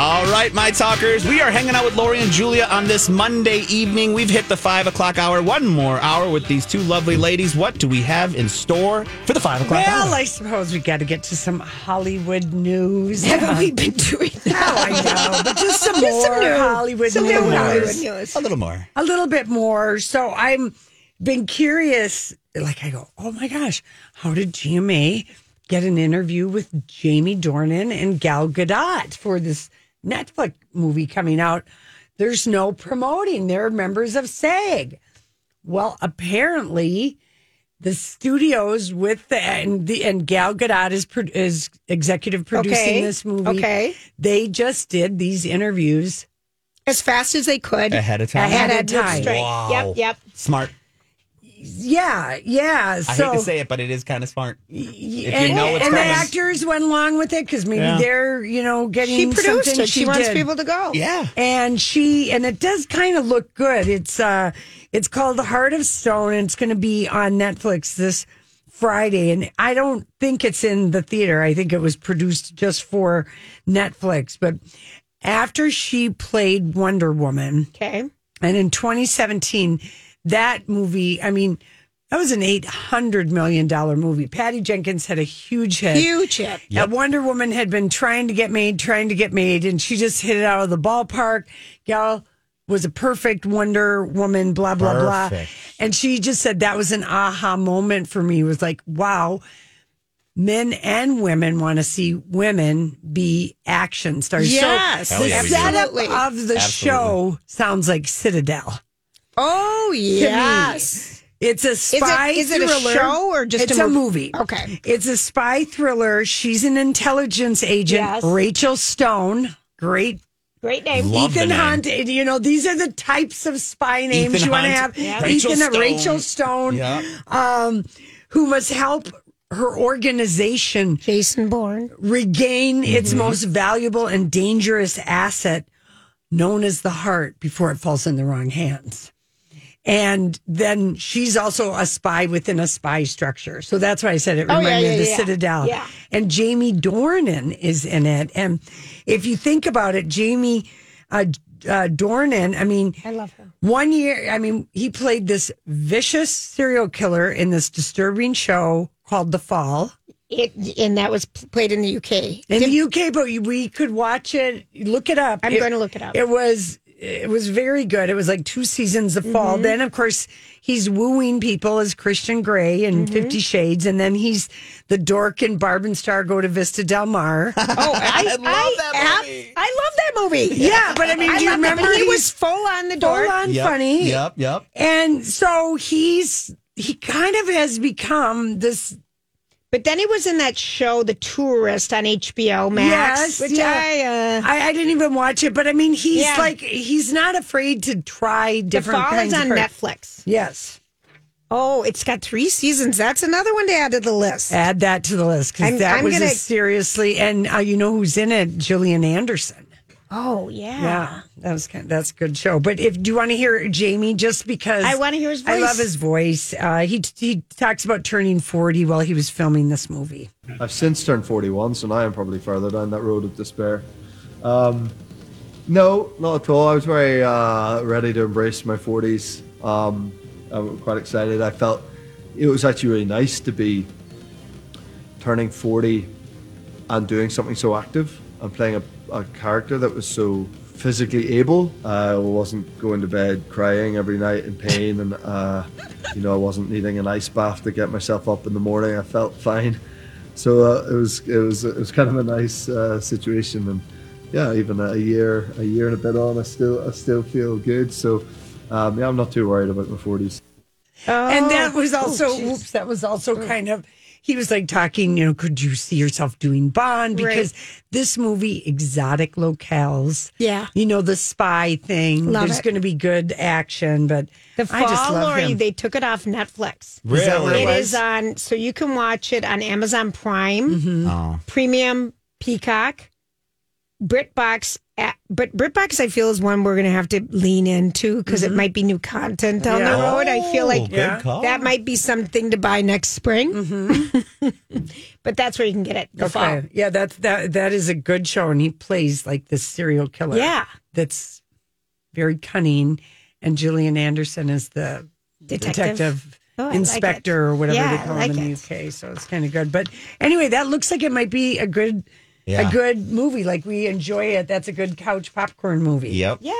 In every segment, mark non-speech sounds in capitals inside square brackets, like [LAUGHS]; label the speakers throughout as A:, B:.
A: All right, my talkers, we are hanging out with Lori and Julia on this Monday evening. We've hit the five o'clock hour. One more hour with these two lovely ladies. What do we have in store for the five o'clock
B: Well,
A: hour?
B: I suppose we got to get to some Hollywood news.
C: Haven't we been doing
B: Oh,
C: that?
B: I know, but just some
C: Just some
B: more
C: news.
B: Hollywood
C: Some
B: news.
C: new Hollywood
A: Nice.
C: news.
A: A little more.
B: A little bit more. So I'm been curious. Like I go, oh my gosh, how did GMA get an interview with Jamie Dornan and Gal Gadot for this Netflix movie coming out? There's no promoting. They're members of SAG. Well, apparently the studios with the and, the, and Gal Gadot is pro, is executive producing
C: Okay,
B: this movie.
C: okay.
B: they just did these interviews.
C: As fast as they could.
A: Ahead of time?
C: Ahead
B: Ahead of
C: of
B: time.
C: time.
A: Wow.
C: Yep, yep.
A: Smart.
B: Yeah, yeah.
A: I
B: so
A: hate to say it, but it is kind of smart.
B: y-
A: you
B: and,
A: know it's
B: and the
A: coming.
B: actors went along with it because maybe
A: Yeah.
B: they're you know getting
C: She produced
B: something
C: it. She, wants
B: did.
C: people to go.
A: Yeah.
B: and she and it does kind of look good. It's uh it's called The Heart of Stone and it's going to be on Netflix this Friday and I don't think it's in the theater. I think it was produced just for Netflix, but after she played Wonder Woman,
C: Okay.
B: and in 2017, that movie, I mean, that was an $800 million movie. Patty Jenkins had a huge hit.
C: Huge hit.
B: Yeah, Wonder Woman had been trying to get made, trying to get made, and she just hit it out of the ballpark. Gal was a perfect Wonder Woman, blah, blah,
A: Perfect.
B: blah. And she just said that was an aha moment for me. It was like, wow, men and women want to see women be action stars.
C: Yes,
B: so the
A: yeah, we do.
B: setup
C: absolutely.
B: of the show sounds like Citadel.
C: Oh, yes.
B: yes. It's a
C: Is
B: spy
C: it, is it a
B: thriller.
C: show or just
B: it's
C: a movie? Okay.
B: Okay. It's a spy thriller. She's an intelligence agent,
C: Yes.
B: Rachel Stone. Great.
C: Great name.
A: Love the
B: Ethan
A: name.
B: Hunt. and, You know, these are the types of spy names
A: Ethan
B: you want to
A: Hunt,
B: have.
A: Rachel
B: Ethan
A: Stone.
B: Rachel Stone,
A: Yeah.
B: um, who must help her organization
C: Jason Bourne.
B: regain its
C: Mm-hmm.
B: most valuable and dangerous asset, known as the heart, before it falls in the wrong hands. And then she's also a spy within a spy structure. So that's why I said it
C: Oh, yeah,
B: reminded me
C: yeah,
B: of the
C: yeah.
B: Citadel.
C: Yeah.
B: And Jamie Dornan is in it. And if you think about it, Jamie uh, uh, Dornan, I mean,
C: I love her.
B: one year, I mean, he played this vicious serial killer in this disturbing show called The Fall.
C: It, and that was p- played in the UK.
B: in the UK, but we could watch it. Look it up.
C: I'm
B: It-
C: going to look it up.
B: It was it was very good. It was like two seasons of fall.
C: Mm-hmm.
B: Then of course he's wooing people as Christian Grey in
C: Mm-hmm.
B: Fifty Shades, and then he's the dork in Barb and Star go to Vista Del
C: [LAUGHS]
B: Mar.
C: Oh, I,
A: love
C: I
A: that
C: ab-
A: movie.
C: I love that movie.
B: yeah, but I mean, do you
C: love that,
B: remember
C: but he
B: he's
C: was full on the door?
B: full on
A: Yep,
B: funny?
A: Yep, yep.
B: And so he's he kind of has become this
C: But then he was in that show, The Tourist, on HBO Max.
B: Yes,
C: which
B: yeah.
C: I, uh,
B: I, I didn't even watch it, but I mean, he's
C: Yeah.
B: like he's not afraid to try
C: The
B: different
C: Fall
B: kinds
C: is on
B: of
C: Netflix.
B: Yes.
C: Oh, it's got three seasons. That's another one to add to the list.
B: Add that to the list
C: I'm-
B: because that
C: I'm
B: was
C: gonna-
B: a seriously, and uh, you know who's in it? Gillian Anderson.
C: Oh, yeah.
B: Yeah, that was kind that's a good show. But if do you want to hear Jamie, just because
C: I wanna hear his
B: I love
C: voice.
B: his voice. Uh, he he talks about turning forty while he was filming this movie.
D: I've since turned 41, so now I'm probably further down that road of despair. Um, no, not at all. I was very uh, ready to embrace my 40s. Um, I'm quite excited. I felt it was actually really nice to be turning 40 and doing something so active and playing a a character that was so physically able. Uh, I wasn't going to bed crying every night in pain, and uh, you know I wasn't needing an ice bath to get myself up in the morning. I felt fine, so uh, it was it was it was kind of a nice uh, situation, and yeah, even a year a year and a bit on, I still I still feel good. So um, yeah, I'm not too worried about my forties.
B: and that was also
C: Oh, jeez. Mm.
B: oops, that was also kind of he was like talking, you know, could you see yourself doing Bond? Because this movie, exotic locales,
C: Yeah.
B: you know, the spy thing.
C: Love
B: There's
C: it.
B: going to be good action, but
C: The
B: I just
C: Fall
B: love
C: Lori,
B: him.
C: they took it off Netflix.
A: Really?
C: It is on, so you can watch it on Amazon Prime,
B: Mm-hmm.
A: Oh.
C: Premium, Peacock, BritBox. eh, But BritBox, I feel, is one we're going to have to lean into because it might be new content down the
B: Mm-hmm. Yeah.
C: road. I feel like
A: Oh, good call.
C: that might be something to buy next spring. [LAUGHS] but that's where you can get it. The Fall.
B: Mm-hmm. Okay. Yeah, that's that that is a good show and he plays like this serial killer.
C: Yeah.
B: That's very cunning and Gillian Anderson is the
C: Detective.
B: detective
C: Oh, I like it.
B: inspector or whatever
C: Yeah,
B: they
C: I
B: call
C: like
B: him in
C: it.
B: the UK. So it's kind of good. But anyway, that looks like it might be a good
A: Yeah.
B: a good movie. Like we enjoy it. That's a good couch popcorn movie.
A: Yep.
C: Yeah.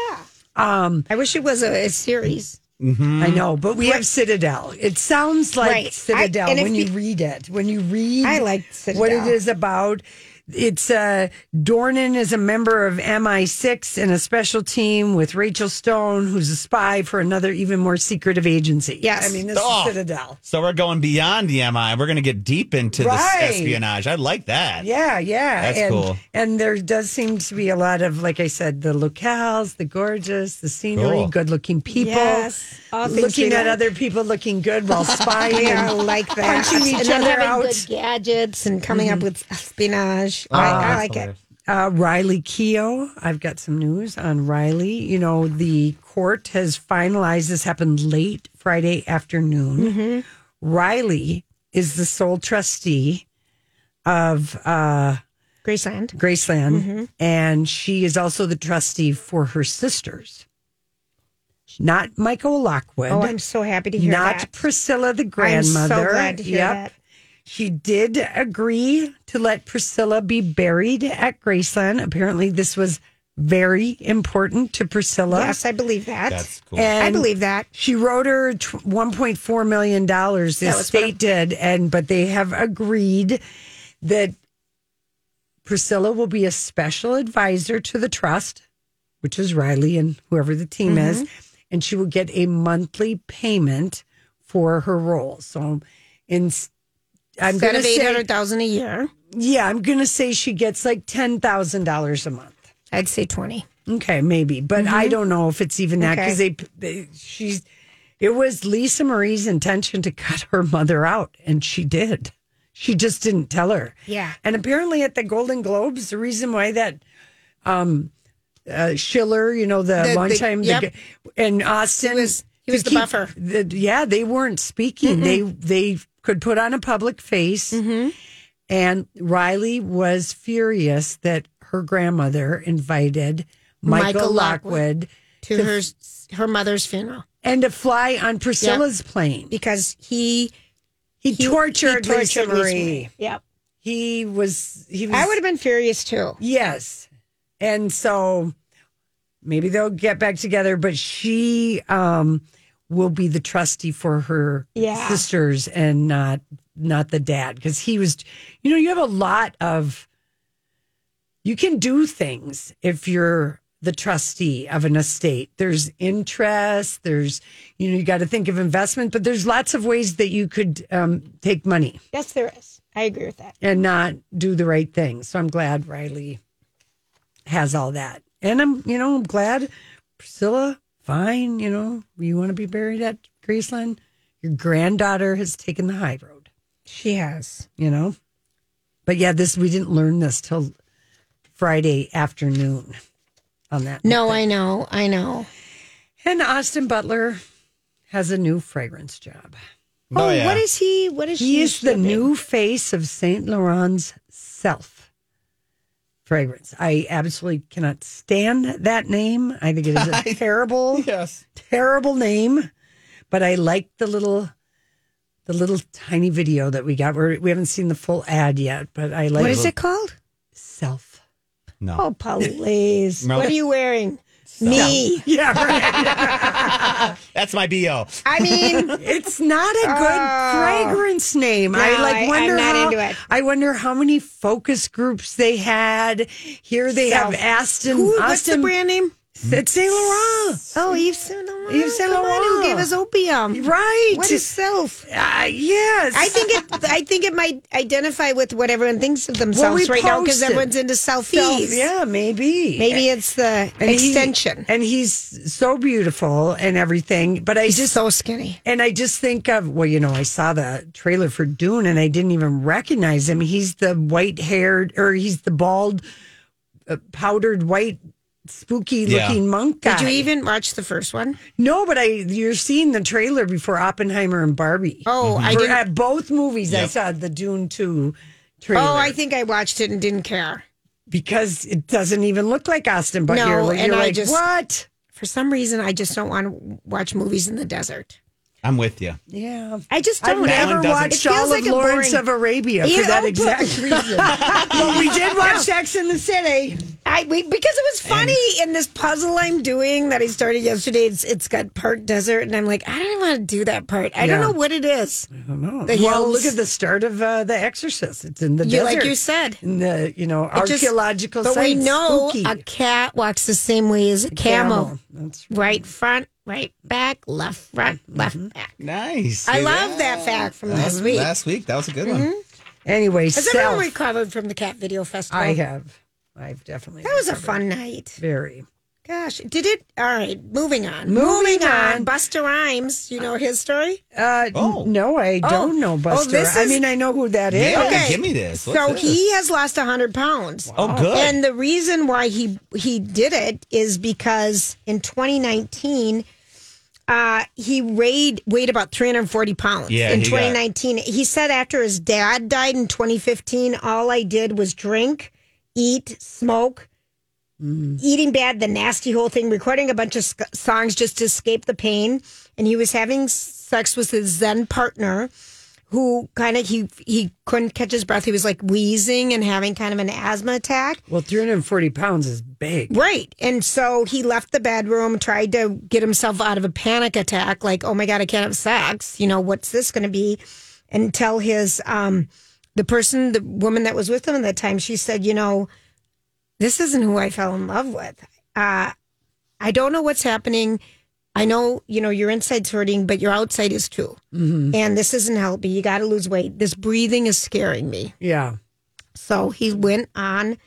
B: Um,
C: I wish it was a, a series.
B: I know, but we have Citadel. It sounds like
C: Right. I-
B: Citadel
C: and if
B: when you
C: you-
B: read it. When you read,
C: I like
B: what it
C: Citadel.
B: is about. It's uh, Dornan is a member of MI6 and a special team with Rachel Stone, who's a spy for another even more secretive agency.
C: Yes.
B: I mean this
A: Oh.
B: is Citadel.
A: So we're going beyond the MI. We're going to get deep into
B: Right.
A: this espionage. I like that.
B: Yeah, yeah.
A: That's
B: and,
A: cool.
B: And there does seem to be a lot of, like I said, the locales, the gorgeous, the scenery,
A: Cool.
B: good looking people.
C: Yes. All things
B: Looking
C: we
B: at
C: like.
B: other people looking good while spying.
C: Yeah, [LAUGHS] I
B: and-
C: like that.
B: Punching each
C: and then
B: other
C: having
B: out. Mm-hmm. Ah,
C: good gadgets and coming up with espionage. I, I like it.
B: Uh, Riley Keough, I've got some news on Riley. You know, the court has finalized this happened late Friday afternoon.
C: Mm-hmm.
B: Riley is the sole trustee of uh,
C: Graceland.
B: Graceland,
C: Mm-hmm.
B: and she is also the trustee for her sisters. Not Michael Lockwood,
C: Oh, I'm so happy to hear
B: not
C: that.
B: Priscilla the grandmother.
C: I'm so glad to hear that.
B: She did agree to let Priscilla be buried at Graceland. Apparently, this was very important to Priscilla.
C: Yes, I believe that.
A: That's cool.
B: And
C: I believe that.
B: She wrote her tw- 1.4 million dollars. The
C: That was one
B: state did, and but they have agreed that Priscilla will be a special advisor to the trust, which is Riley and whoever the team
C: Mm-hmm.
B: is, and she will get a monthly payment for her role. So, in I'm
C: Instead
B: going to
C: of eight
B: say,
C: hundred thousand a year,
B: yeah, I'm going to say she gets like ten thousand dollars a month.
C: I'd say twenty.
B: Okay, maybe, but
C: Mm-hmm.
B: I don't know if it's even that because they, they she's. It was Lisa Marie's intention to cut her mother out, and she did. She just didn't tell her.
C: Yeah.
B: And apparently, at the Golden Globes, the reason why that um, uh, Schiller, you know, the,
C: The- the-
B: longtime the,
C: yep.
B: gu- and Austin,
C: was- he was
B: to
C: the buffer.
B: the- yeah, they weren't speaking. They they could put on a public face.
C: Mm-hmm.
B: And Riley was furious that her grandmother invited Michael,
C: Michael
B: Lockwood,
C: Lockwood To her her mother's funeral
B: and to fly on Priscilla's plane.
C: because he
B: He,
C: he
B: tortured,
C: he
B: Lisa
C: tortured Lisa
B: Marie.
C: Yep.
B: He was he was
C: I would have been furious too.
B: Yes. And so maybe they'll get back together, but she um will be the trustee for her
C: Yeah.
B: sisters and not not the dad because he was you know you have a lot of you can do things if you're the trustee of an estate there's interest there's you know you got to think of investment but there's lots of ways that you could um, take money
C: Yes, there is. I agree with that.
B: and not do the right thing. So I'm glad Riley has all that. And I'm, you know, I'm glad Priscilla, fine, you know, you want to be buried at Graceland. Your granddaughter has taken the high road,
C: She has.
B: you know? But yeah, this, we didn't learn this till Friday afternoon on that.
C: No, I know. I know.
B: And Austin Butler has a new fragrance job.
C: oh,
A: yeah.
C: what is he? What is
B: He
C: she
B: is the
C: shipping?
B: new face of Saint Laurent's self fragrance. I absolutely cannot stand that name. [LAUGHS] I think it is a terrible,
A: Yes.
B: terrible name. But I like the little, the little tiny video that we got. We're, we haven't seen the full ad yet, but I like
C: What is it called?
B: Self.
A: No.
C: Oh, please.
A: No.
C: What are you wearing? Me.
B: [LAUGHS] Yeah, right.
A: That's my BO.
C: [LAUGHS] I mean,
B: it's not a good
C: Oh.
B: fragrance name. I
C: No, I-
B: like
C: I'm
B: wonder
C: not
B: how,
C: into it.
B: I wonder how many focus groups they had. Here they have
C: So-
B: Aston.
C: who,
B: Austin,
C: what's the brand name?
B: It's Saint Laurent.
C: Oh, Yves Saint Laurent.
B: Yves Saint
C: Come on,
B: Laurent.
C: who gave us opium?
B: Right.
C: What is self?
B: uh, yes.
C: I think it. I think it might identify with what everyone thinks of themselves
B: we
C: right now because
B: posted.
C: everyone's into selfies.
B: So, yeah, maybe.
C: Maybe it's the
B: he-
C: extension.
B: and he's so beautiful and everything. But I
C: He's
B: just
C: so skinny.
B: and I just think of well, you know, I saw the trailer for Dune and I didn't even recognize him. He's the white haired or he's the bald, uh, powdered white, spooky
A: Yeah.
B: looking monk guy.
C: Did you even watch the first one?
B: No, but I you're seeing the trailer before Oppenheimer and Barbie.
C: Oh, I
B: For-
C: didn't.
B: at both movies, I
A: Yep.
B: saw the Dune two. Trailer
C: oh, I think I watched it and didn't care.
B: because it doesn't even look like Austin Butler.
C: No,
B: You're
C: and I
B: like,
C: just-
B: what?
C: For some reason, I just don't want to watch movies in the desert.
A: I'm with you.
B: Yeah,
C: I just
B: I've
C: don't.
A: That
B: never
A: one doesn't-
B: watched
C: It feels
B: all of
C: like a
B: Lawrence
C: boring-
B: of Arabia
C: Yeah,
B: for that
C: oh, but-
B: exact
C: [LAUGHS]
B: reason. [LAUGHS] but we did watch Sex in the City.
C: I we, because it was funny in this puzzle I'm doing that I started yesterday. It's it's got part desert, and I'm like, I don't want to do that part. I don't
B: Yeah.
C: know what it is. The
B: Oh, well,
C: hills.
B: look at the start of uh, The Exorcist. It's in the
C: You-
B: desert.
C: like you said.
B: in the you know
C: It just-
B: archaeological
C: But we
B: sites.
C: know
B: Spooky.
C: a cat walks the same way as a camel.
B: That's
C: Right front, right back, left front,
B: Mm-hmm.
C: left back.
A: Nice.
C: I
A: See
C: love that fact from last week. Mm-hmm.
A: Last week, that was a good one.
B: anyway.
C: Has
B: self,
C: everyone recovered from the cat video festival?
B: I have. I've definitely.
C: That was a fun night.
B: Very.
C: Gosh, did it? All right, moving on.
B: Moving on.
C: Buster Rhymes, you know his story?
B: Uh,
A: Oh.
B: oh no, I don't know Buster.
C: Oh, this
B: I
C: is-
B: mean, I know who that is.
A: Yeah,
C: Okay.
A: give me this. What's
C: so
A: this?
C: he has lost 100 pounds.
A: Oh, good.
C: And the reason why he he did it is because in 2019, uh, he weighed weighed about 340 pounds.
A: Yeah,
C: in
A: he got-
C: 2019, he said after his dad died in 2015, all I did was drink, eat, smoke. Eating bad, the nasty whole thing, recording a bunch of sc- songs just to escape the pain. And he was having sex with his then partner who kind of he he couldn't catch his breath. He was like wheezing and having kind of an asthma attack.
B: Well, 340 pounds is big.
C: Right. And so he left the bedroom, tried to get himself out of a panic attack, like, oh my God, I can't have sex. You know, what's this gonna be? Until his um the person, the woman that was with him at that time, she said, you know, this isn't who I fell in love with. Uh I don't know what's happening. I know, you know, your inside's hurting, but your outside is too. And this isn't healthy. You got to lose weight. This breathing is scaring me.
B: Yeah.
C: So he went on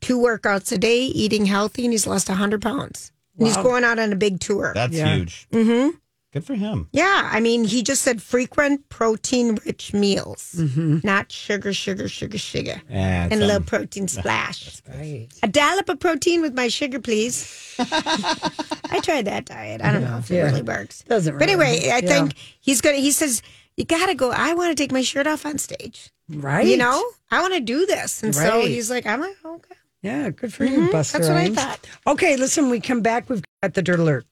C: two workouts a day, eating healthy, and he's lost 100 pounds. And He's going out on a big tour.
A: That's huge. Mm-hmm. Good for him.
C: yeah, I mean, he just said frequent protein rich meals, not sugar, sugar, sugar, sugar,
A: Yeah,
C: and a little protein splash. A dollop of protein with my sugar, [LAUGHS] please. I tried that diet. I don't know if it really works.
B: Doesn't
C: But
B: really.
C: anyway, I think he's gonna. He says you gotta go. I want to take my shirt off on stage.
B: Right.
C: You know, I want to do this, and so
B: Right.
C: he's like, I'm like, okay.
B: Yeah. Good for you, Buster.
C: Hmm, That's what I
B: Rhymes.
C: thought.
B: Okay. Listen, we come back. We've got the dirt alert.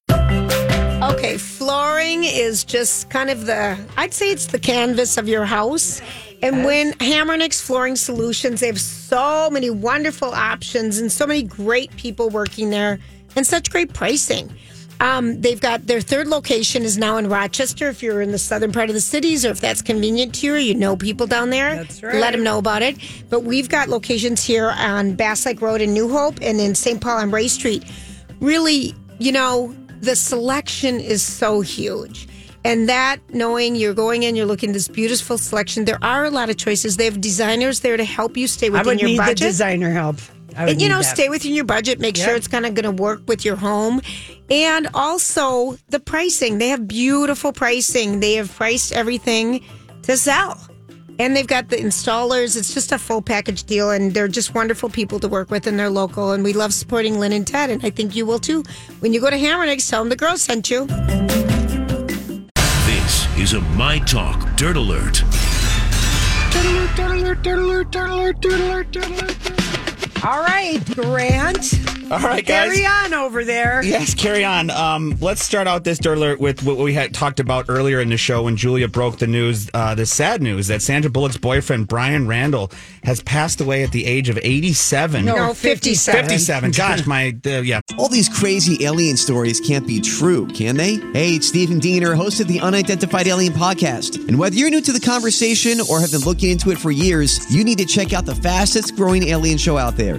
C: Okay, flooring is just kind of the, I'd say it's the canvas of your house. And when Hammernix Flooring Solutions, they have so many wonderful options and so many great people working there and such great pricing. Um, they've got their third location is now in Rochester. If you're in the southern part of the cities or if that's convenient to you or you know people down there,
B: That's
C: let
B: right.
C: them know about it. But we've got locations here on Bass Lake Road in New Hope and in St. Paul on Ray Street. Really, you know, the selection is so huge. And that knowing you're going in, you're looking at this beautiful selection. There are a lot of choices. They have designers there to help you stay
B: I
C: within
B: would
C: your
B: need
C: budget.
B: the designer help. I would
C: And you
B: need
C: know,
B: that.
C: stay within your budget. Make sure it's kind of going to work with your home, and also the pricing. They have beautiful pricing. They have priced everything to sell, and they've got the installers. It's just a full package deal, and they're just wonderful people to work with, and they're local. And we love supporting Lynn and Ted, and I think you will too. When you go to Hammernix, tell them the girls sent you.
E: This is a My Talk Dirt Alert.
B: All right, Grant.
A: All right, guys.
B: Carry on over there.
A: Yes, carry on. Um, let's start out this dirt alert with what we had talked about earlier in the show when Julia broke the news, uh, the sad news that Sandra Bullock's boyfriend Brian Randall has passed away at the age of 87.
C: No, 57.
A: 57. [LAUGHS] Gosh, my uh, yeah.
F: All these crazy alien stories can't be true, can they? Hey, it's Stephen Diener, host of the Unidentified Alien Podcast. And whether you're new to the conversation or have been looking into it for years, you need to check out the fastest growing alien show out there,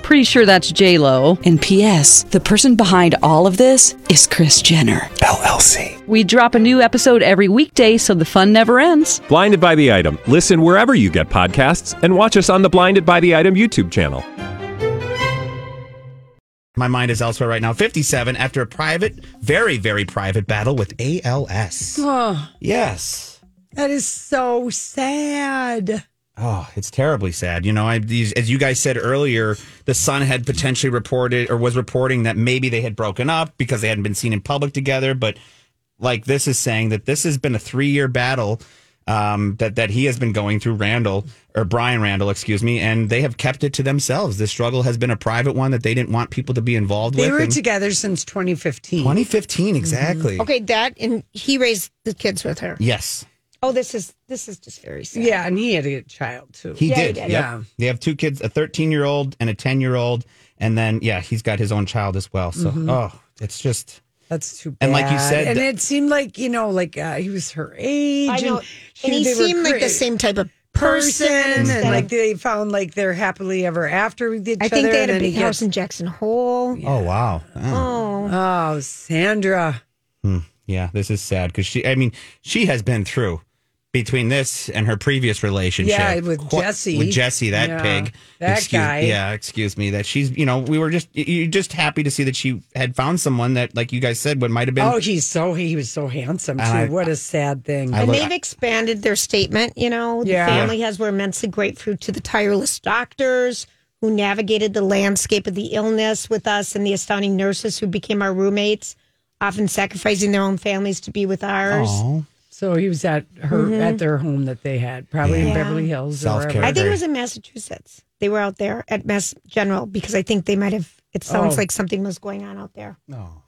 G: Pretty sure that's J Lo.
H: And P.S. The person behind all of this is Chris Jenner.
I: LLC.
G: We drop a new episode every weekday, so the fun never ends.
I: Blinded by the item. Listen wherever you get podcasts, and watch us on the Blinded by the Item YouTube channel.
A: My mind is elsewhere right now. 57 after a private, very, very private battle with ALS.
B: Oh,
A: Yes.
B: that is so sad.
A: Oh, it's terribly sad. You know, I, these, as you guys said earlier, the son had potentially reported or was reporting that maybe they had broken up because they hadn't been seen in public together. But like this is saying that this has been a three year battle um, that that he has been going through. Randall or Brian Randall, excuse me, and they have kept it to themselves. This struggle has been a private one that they didn't want people to be involved
B: They
A: with.
B: were
A: And
B: together since 2015.
A: 2015, exactly.
C: Mm-hmm. Okay, that and he raised the kids with her.
A: Yes,
C: Oh, this is this is just very sad.
B: Yeah, and he had a child too.
A: he
C: Yeah, he
A: did.
C: did.
A: Yep.
B: Yeah.
A: They have two kids, a 13 year old and a 10 year old. And then, yeah, he's got his own child as well. So,
B: Mm-hmm.
A: oh, it's just.
B: That's too bad.
A: And like you said,
B: and
A: th-
B: it seemed like you know, like uh, he was her age.
C: I know.
B: and,
C: And he
B: they were
C: seemed like the
B: cra-
C: same type of
B: person,
C: person.
B: and
C: instead
B: like
C: of-
B: they found like they're happily ever after with each
C: I think
B: other.
C: they had
B: and
C: a
B: then he
C: big house
B: gets-
C: in Jackson Hole.
A: Oh wow. Oh.
C: Oh,
B: Oh, Sandra.
A: Yeah, this is sad because she. I mean, she has been through between this and her previous relationship.
B: Yeah, with
A: Qu-
B: Jesse.
A: With Jesse, that
B: Yeah,
A: pig.
B: that
A: excuse,
B: guy.
A: Yeah, excuse me. That she's. You know, we were just. y- You're just happy to see that she had found someone that, like you guys said, what might have been.
B: Oh, he's so he was so handsome too.
A: And I-
B: what a sad thing.
A: I
C: and
A: look-
C: they've expanded their statement. You know, the
B: Yeah.
C: family has were immensely grateful to the tireless doctors who navigated the landscape of the illness with us, and the astounding nurses who became our roommates, often sacrificing their own families to be with ours.
B: Oh,
A: Aw.
B: so he was at her at their home that they had, probably in Beverly Hills. or
A: South
B: wherever.
A: Carolina.
C: I think it was in Massachusetts. They were out there at Mass General because I think they might have. It sounds
B: Oh.
C: like something was going on out there. No.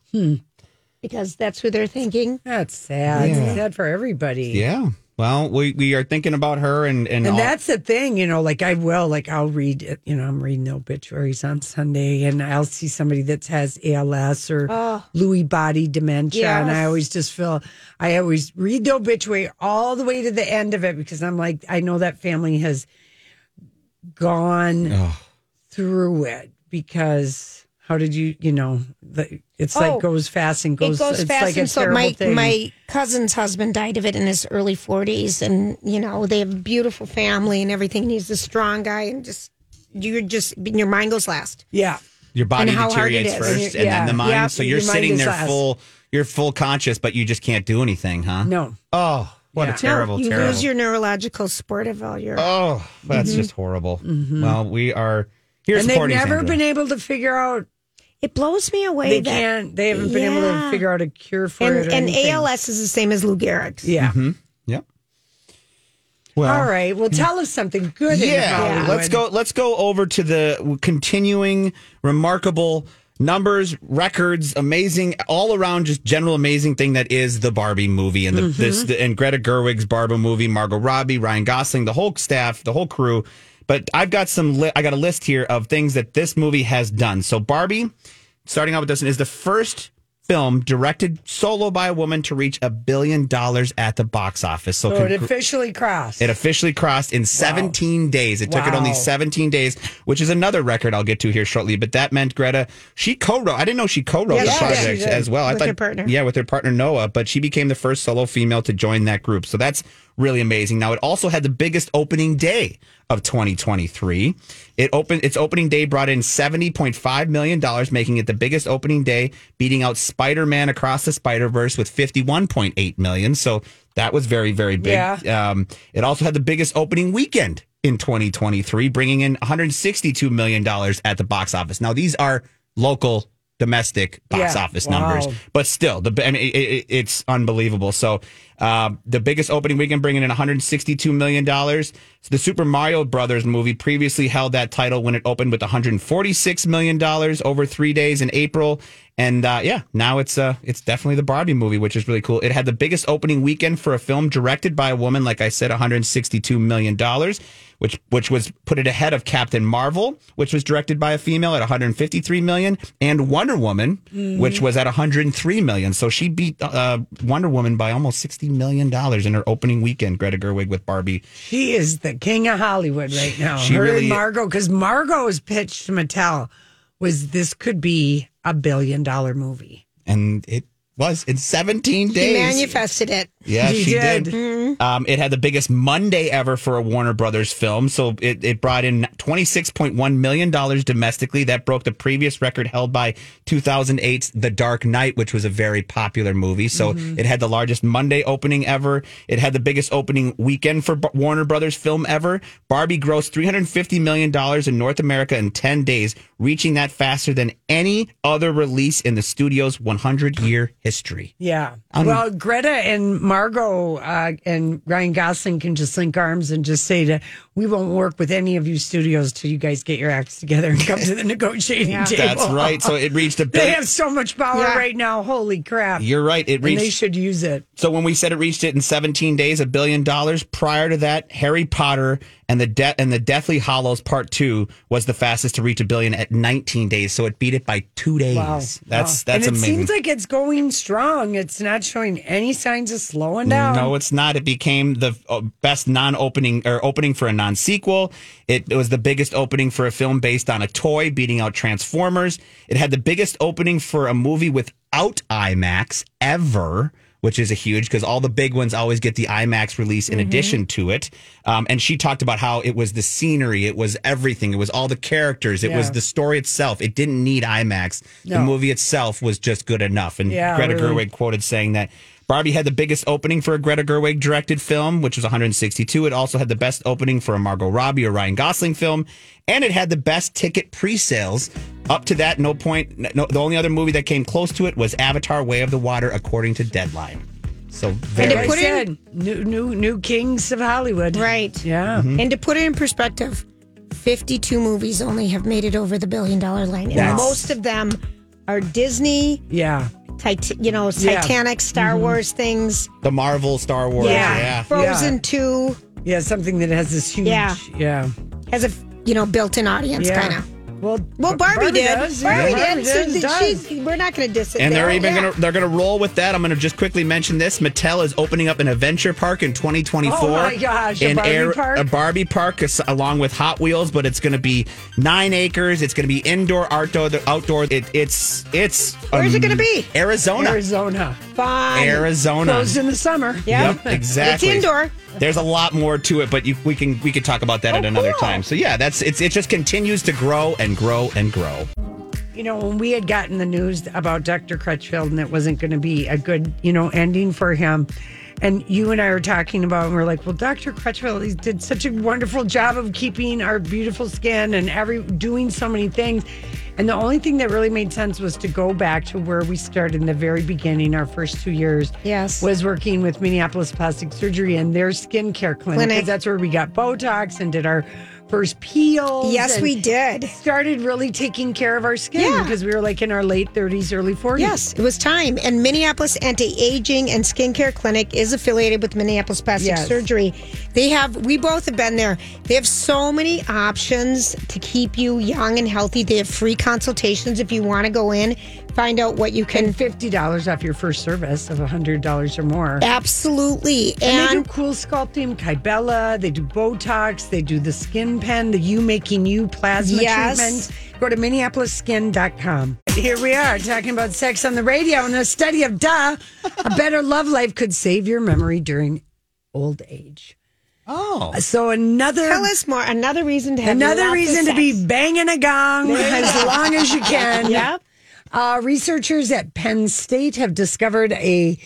C: Because that's who they're thinking.
B: That's sad.
A: Yeah.
B: Sad for everybody.
A: Yeah. Well, we we are thinking about her and and,
B: And
A: all-
B: that's the thing, you know, like I will, like I'll read, it, you know, I'm reading the obituaries on Sunday and I'll see somebody that has ALS or Lewy body dementia. And I
C: Oh. Yes.
B: always just feel, I always read the obituary all the way to the end of it because I'm like, I know that family has gone
A: Ugh.
B: through it because how did you, you know, the, it's
C: Oh.
B: like goes fast and goes,
C: it goes
B: it's
C: fast,
B: like a
C: and so
B: terrible
C: my
B: thing.
C: my cousin's husband died of it in his early forties, and you know they have a beautiful family and everything. And he's a strong guy, and just you're just your mind goes last.
B: yeah.
A: your body
C: and how hard it
A: deteriorates
C: is.
A: first,
B: Yeah.
A: and then the mind.
B: Yeah,
A: so you're
B: your mind
A: sitting
B: is
A: there
B: last.
A: full. You're full conscious, but you just can't do anything, huh?
B: No.
A: Oh, what
B: Yeah.
A: a terrible,
C: you
A: terrible.
C: lose your neurological support of all your.
A: Oh, that's just horrible. Well, we are here
B: Mm-hmm. And they've
A: supporting
B: never
A: Sandra.
B: been able to figure out
C: It blows me away.
B: they
C: that,
B: can't. They haven't been able to
C: Yeah.
B: figure out a cure for
C: And,
B: it. Or
C: and
B: anything.
C: ALS is the same as Lou Gehrig's.
B: Yeah.
A: Yep. Well,
B: All right. Well, tell us something good. in
A: Yeah,
B: Hollywood.
A: let's go. Let's go over to the continuing remarkable numbers, records, amazing, all around, just general amazing thing that is the Barbie movie and the,
B: Mm-hmm.
A: this the, and Greta Gerwig's Barbie movie, Margot Robbie, Ryan Gosling, the whole staff, the whole crew. But I've got some. Li- I got a list here of things that this movie has done. So Barbie, starting out with this one, is the first film directed solo by a woman to reach a billion dollars at the box office. So,
B: So Oh, it
A: congr-
B: officially crossed.
A: it officially crossed in 17 days. It took it only
B: Wow.
A: 17 days, which is another record I'll get to here shortly. But that meant Greta, she co wrote, I didn't know she co wrote
C: Yeah,
A: the
C: she did.
A: project
C: She did.
A: as well. I
C: With her partner.
A: Yeah, with her partner Noah, but she became the first solo female to join that group. So that's really amazing. Now it also had the biggest opening day of 2023. It opened its opening day brought in 70.5 million dollars, making it the biggest opening day, beating out Spider-Man Across the Spider-Verse with 51.8 million. So that was very very big.
B: Yeah.
A: Um, it also had the biggest opening weekend in 2023, bringing in 162 million dollars at the box office. Now these are local domestic box
B: Yeah.
A: office
B: Wow.
A: numbers but still, the I mean, it, it, it's unbelievable. So, uh, the biggest opening weekend bringing in 162 million dollars. The Super Mario Brothers movie previously held that title when it opened with 146 million dollars over three days in April, and uh, yeah, now it's uh, it's definitely the Barbie movie, which is really cool. It had the biggest opening weekend for a film directed by a woman, like I said, 162 million dollars. Which, which was put it ahead of Captain Marvel, which was directed by a female at 153 million, and Wonder Woman, which was at 103 million. So she beat uh, Wonder Woman by almost 60 million dollars in her opening weekend. Greta Gerwig with Barbie.
B: She is the king of Hollywood right now.
A: She
B: Her
A: really-
B: and Margot, because Margot's pitch to Mattel was this could be a billion dollar movie.
A: and it was in 17
C: He
A: days.
C: manifested it.
A: yeah,
B: He
A: she did.
B: did.
A: Um, it had the biggest Monday ever for a Warner Brothers film, so it, it brought in twenty six point one million dollars domestically. That broke the previous record held by 2008's The Dark Knight, which was a very popular movie. So it had the largest Monday opening ever. It had the biggest opening weekend for B- Warner Brothers film ever. Barbie grossed three hundred fifty million dollars in North America in ten days, reaching that faster than any other release in the studio's one hundred year [LAUGHS] history.
B: Yeah.
A: Um,
B: well, Greta and Margot uh, and Ryan Gosling can just link arms and just say to, we won't work with any of you studios till you guys get your acts together and come
A: [LAUGHS]
B: to the negotiating table.
A: That's right. So it reached a
B: They
A: billion.
B: have so much power
C: Yeah.
B: right now. Holy crap.
A: You're right. It
B: and they
A: reached.
B: should use it.
A: So when we said it reached it in 17 days, a billion dollars. Prior to that, Harry Potter and the De- and the Deathly Hollows Part Two was the fastest to reach a billion at 19 days. So it beat it by two days. That's
B: Wow.
A: that's
B: and it
A: amazing.
B: seems like it's going strong. It's not showing any signs of slowing down.
A: No, it's not. It became the uh, best non-opening or opening for a non-sequel. It, it was the biggest opening for a film based on a toy, beating out Transformers. It had the biggest opening for a movie without IMAX ever. Which is a huge because all the big ones always get the IMAX release in
B: Mm-hmm.
A: addition to it. Um, and she talked about how it was the scenery, it was everything, it was all the characters, it was
B: Yeah.
A: the story itself. It didn't need IMAX. The
B: No.
A: movie itself was just good enough. And
B: Yeah,
A: Greta
B: really.
A: Gerwig quoted saying that Barbie had the biggest opening for a Greta Gerwig directed film, which was 162. It also had the best opening for a Margot Robbie or Ryan Gosling film, and it had the best ticket pre-sales. Up to that, no point. No, the only other movie that came close to it was Avatar: Way of the Water, according to Deadline. So
C: And
A: very
C: it
B: Like I
C: put in-
B: said, new, new, new kings of Hollywood.
C: Right. Mm-hmm.
B: Yeah.
C: And to put it in perspective, 52 movies only have made it over the billion dollar line. And
A: That's-
C: most of them are Disney,
B: Yeah.
C: Tit- you know,
B: Yeah. Mm-hmm.
C: Titanic, Star Wars things.
A: the Marvel, Star Wars,
B: Yeah.
A: yeah.
C: Frozen
B: Yeah.
C: 2
B: Yeah. Something that has this huge.
C: Yeah.
B: Yeah.
C: has a, you know, built in audience,
B: Yeah.
C: kind of.
B: Well,
C: Well,
B: Bar-
C: Barbie, did.
B: does, yeah.
C: Barbie
B: Barbie
C: did. So
B: does,
C: th-
B: does.
C: she- we're not going to diss it.
A: And they're
C: there.
A: even
C: Yeah.
A: gonna they're gonna roll with that. I'm gonna just quickly mention this. Mattel is opening up an adventure park in 2024.
B: Oh my gosh, a
A: in
B: Barbie
A: Ar-
B: park?
A: a Barbie park as- along with Hot Wheels, but it's gonna be nine acres. It's gonna be indoor, outdoor, outdoor. It, it's it's um,
C: Where's it gonna be?
A: Arizona.
B: Arizona.
C: Fine.
A: Arizona.
B: Closed in the summer.
A: Yep, exactly.
C: It's indoor.
A: There's a lot more to it, but you, we can we can talk about that at another
B: cool.
A: time. So yeah, that's it's it just continues to grow and grow and grow.
B: You know, when we had gotten the news about Dr. Crutchfield and it wasn't going to be a good, you know, ending for him, and you and I were talking about, and we're like, well, Dr. Crutchfield he did such a wonderful job of keeping our beautiful skin and every doing so many things. And the only thing that really made sense was to go back to where we started in the very beginning, our first two years.
C: Yes.
B: Was working with Minneapolis Plastic Surgery and their skincare clinic.
C: Clinic.
B: Because that's where we got Botox and did our first peels.
C: Yes,
B: and-
C: we did.
B: started really taking care of our skin
C: Yeah.
B: because we were like in our late 30s, early 40s.
C: Yes, it was time. And Minneapolis Anti Aging and Skincare Clinic is affiliated with Minneapolis Plastic
B: Yes.
C: Surgery. They have, we both have been there. They have so many options to keep you young and healthy. They have free consultations if you want to go in, find out what you can.
B: And $50 off your first service of $100 or more.
C: Absolutely.
B: And they do
C: And
B: cool sculpting, Kybella, they do Botox, they do the skin pen, the You Making You plasma
C: Yes.
B: treatment. Go to MinneapolisSkin.com. Here we are talking about sex on the radio and a study of duh, a better love life could save your memory during old age.
A: Oh.
B: So another
C: Tell us more. Another reason to have
B: another
C: lots of
B: reason to
C: sex.
B: be banging a
C: [LAUGHS]
B: gong as long as you can.
C: Yep.
B: Uh, researchers at Penn State have discovered a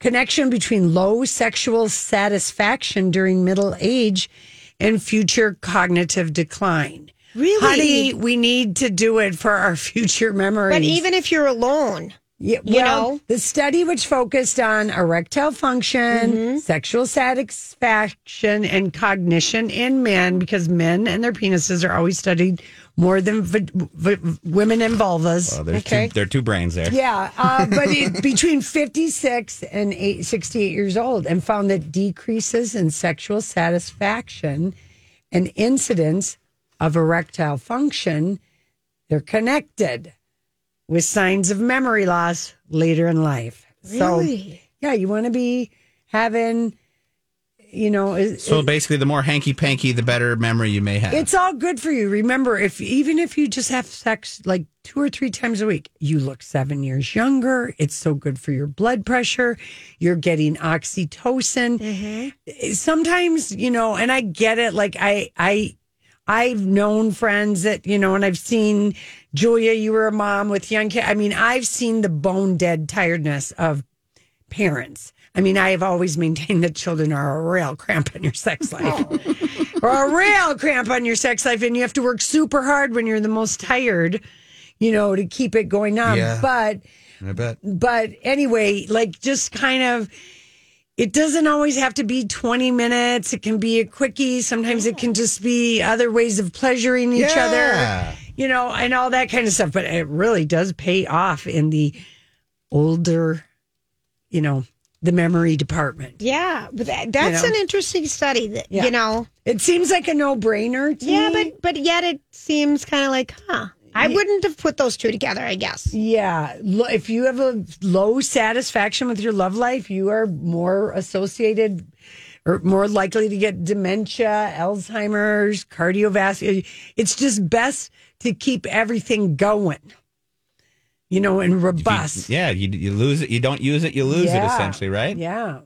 B: connection between low sexual satisfaction during middle age and future cognitive decline.
C: Really?
B: Honey, we need to do it for our [LAUGHS] future memories.
C: But even if you're alone,
B: Yeah,
C: You
B: well,
C: know?
B: the study, which focused on erectile function,
C: Mm-hmm.
B: sexual satisfaction, and cognition in men, because men and their penises are always studied more than v- v- women and vulvas.
A: Well, there's
C: Okay.
A: two, there are two brains there.
B: Yeah, uh, but it, between 56 and eight, 68 years old, and found that decreases in sexual satisfaction and incidence of erectile function, they're connected with signs of memory loss later in life. So,
C: Really?
B: yeah, you want to be having, you know, it-
A: So
B: it-
A: basically, the more hanky panky, the better memory you may have.
B: it's all good for you. Remember, if even if you just have sex like two or three times a week, you look seven years younger. It's so good for your blood pressure. You're getting oxytocin. Sometimes, you know, and I get it. Like I, I, I've known friends that you know, and I've seen Julia. You were a mom with young kids. I mean, I've seen the bone dead tiredness of parents. I mean, I have always maintained that children are a real cramp on your
A: Oh.
B: sex life, or a real cramp on your sex life, and you have to work super hard when you're the most tired, you know, to keep it going on.
A: Yeah.
B: But,
A: I bet.
B: but anyway, like just kind of. It doesn't always have to be 20 minutes. It can be a quickie. Sometimes it can just be other ways of pleasuring each
A: Yeah.
B: other, you know, and all that kind of stuff. But it really does pay off in the older you know, the memory department.
C: yeah, but that, that's
B: know?
C: an interesting study. That
B: Yeah.
C: you know,
B: It seems like a no brainer to
C: yeah,
B: me.
C: but but yet it seems kind of like, huh? I wouldn't have put those two together. I guess.
B: Yeah. lo- If you have a low satisfaction with your love life, you are more associated or more likely to get dementia, Alzheimer's, cardiovascular. It's just best to keep everything going, you know, and robust.
A: Yeah, you, you lose it. You don't use it, you lose it,
B: Yeah.
A: essentially, right?
B: Yeah.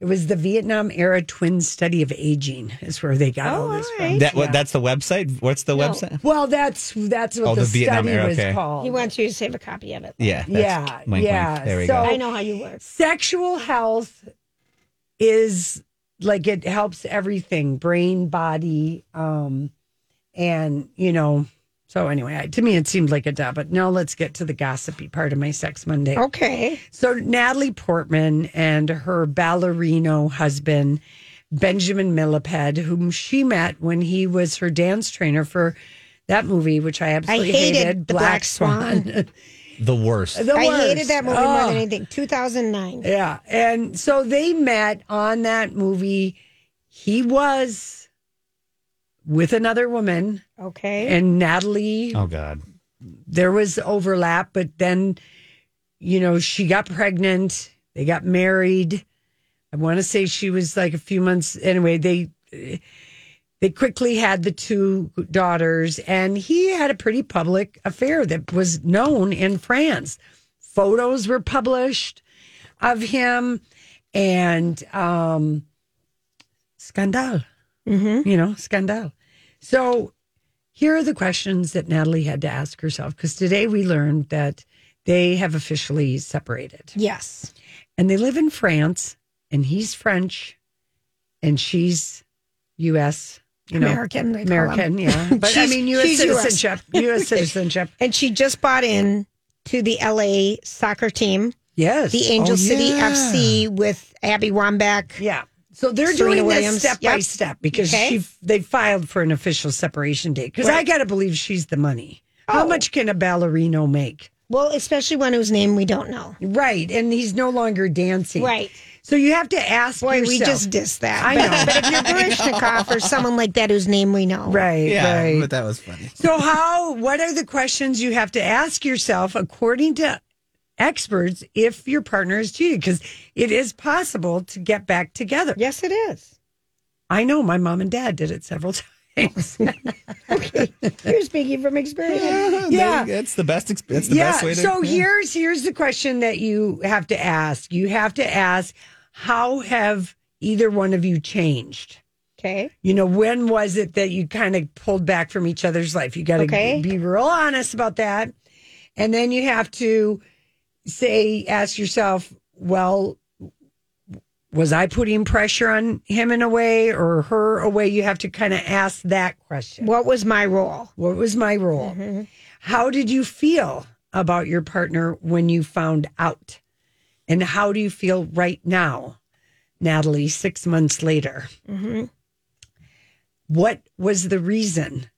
B: It was the Vietnam era twin study of aging, is where they got all
C: Oh,
B: this
C: all
B: from.
C: right.
A: That what? That's the website. What's the website?
B: Well, that's that's what
A: Oh,
B: the,
A: the Vietnam
B: study
A: era,
B: was
A: okay.
B: called.
C: He wants you to save a copy of it.
A: Yeah. that's-
B: Yeah,
A: wink, wink.
B: yeah.
A: There we
B: So-
A: go.
C: I know how you work.
B: Sexual health is like it helps everything, brain, body, um, and you know. So anyway, I, to me it seemed like a duh. But now let's get to the gossipy part of my Sex Monday.
C: Oh, Okay.
B: So Natalie Portman and her ballerino husband, Benjamin Milliped, whom she met when he was her dance trainer for that movie, which I absolutely
C: hated The
B: Black,
C: Black
B: Swan.
A: The worst.
B: [LAUGHS] The
C: I
B: worst.
C: hated that movie more
B: Oh.
C: than anything. 2009.
B: Yeah. And so they met on that movie. He was with another woman
C: Okay.
B: and Natalie.
A: Oh God.
B: There was overlap, but then, you know, she got pregnant. They got married. I want to say she was like a few months. Anyway, they they quickly had the two daughters, and he had a pretty public affair that was known in France. Photos were published of him, and um, scandal, you know, scandal. So here are the questions that Natalie had to ask herself because today we learned that they have officially separated
C: yes.
B: and they live in France, and he's French, and she's U.S. You know,
C: American, they call
B: American,
C: them. [LAUGHS]
B: yeah. But I
C: She's-
B: mean, U.S.
C: she's US.
B: citizenship,
C: [LAUGHS]
B: U.S. citizenship.
C: And she just bought in to the LA soccer team,
B: Yes,
C: the Angel
A: Oh,
C: City
A: yeah.
C: FC with Abby Wambach.
B: Yeah. So they're
C: Serena
B: doing
C: Williams,
B: this step by
C: yep.
B: step because
C: Okay.
B: she they filed for an official separation date. Because I
C: Right. Oh.
B: gotta believe she's the money. How much can a ballerino make?
C: Well, especially one whose name we don't know.
B: Right, and he's no longer dancing.
C: Right.
B: So you have to ask
C: Boy,
B: yourself.
C: we just dissed that.
B: I
C: But-
B: know.
C: But, if you're Barishnikov or someone like that whose name we know.
B: right,
A: Yeah,
B: right.
A: but that was funny. [LAUGHS]
B: So, how, what are the questions you have to ask yourself according to experts if your partner is cheating? Because it is possible to get back together.
C: Yes, it is.
B: I know my mom and dad did it several [LAUGHS] times.
C: You're speaking from [LAUGHS] experience.
B: Yeah.
A: That's the best. exp- That's the best way to.
B: so here's here's the question that you have to ask. You have to ask, how have either one of you changed?
C: Okay.
B: You know, when was it that you kind of pulled back from each other's life? You got to
C: Okay.
B: be real honest about that. And then you have to say, ask yourself, well, was I putting pressure on him in a way or her a way? You have to kind of ask that question.
C: What was my role?
B: What was my role? How did you feel about your partner when you found out? And how do you feel right now, Natalie, six months later? What was the reason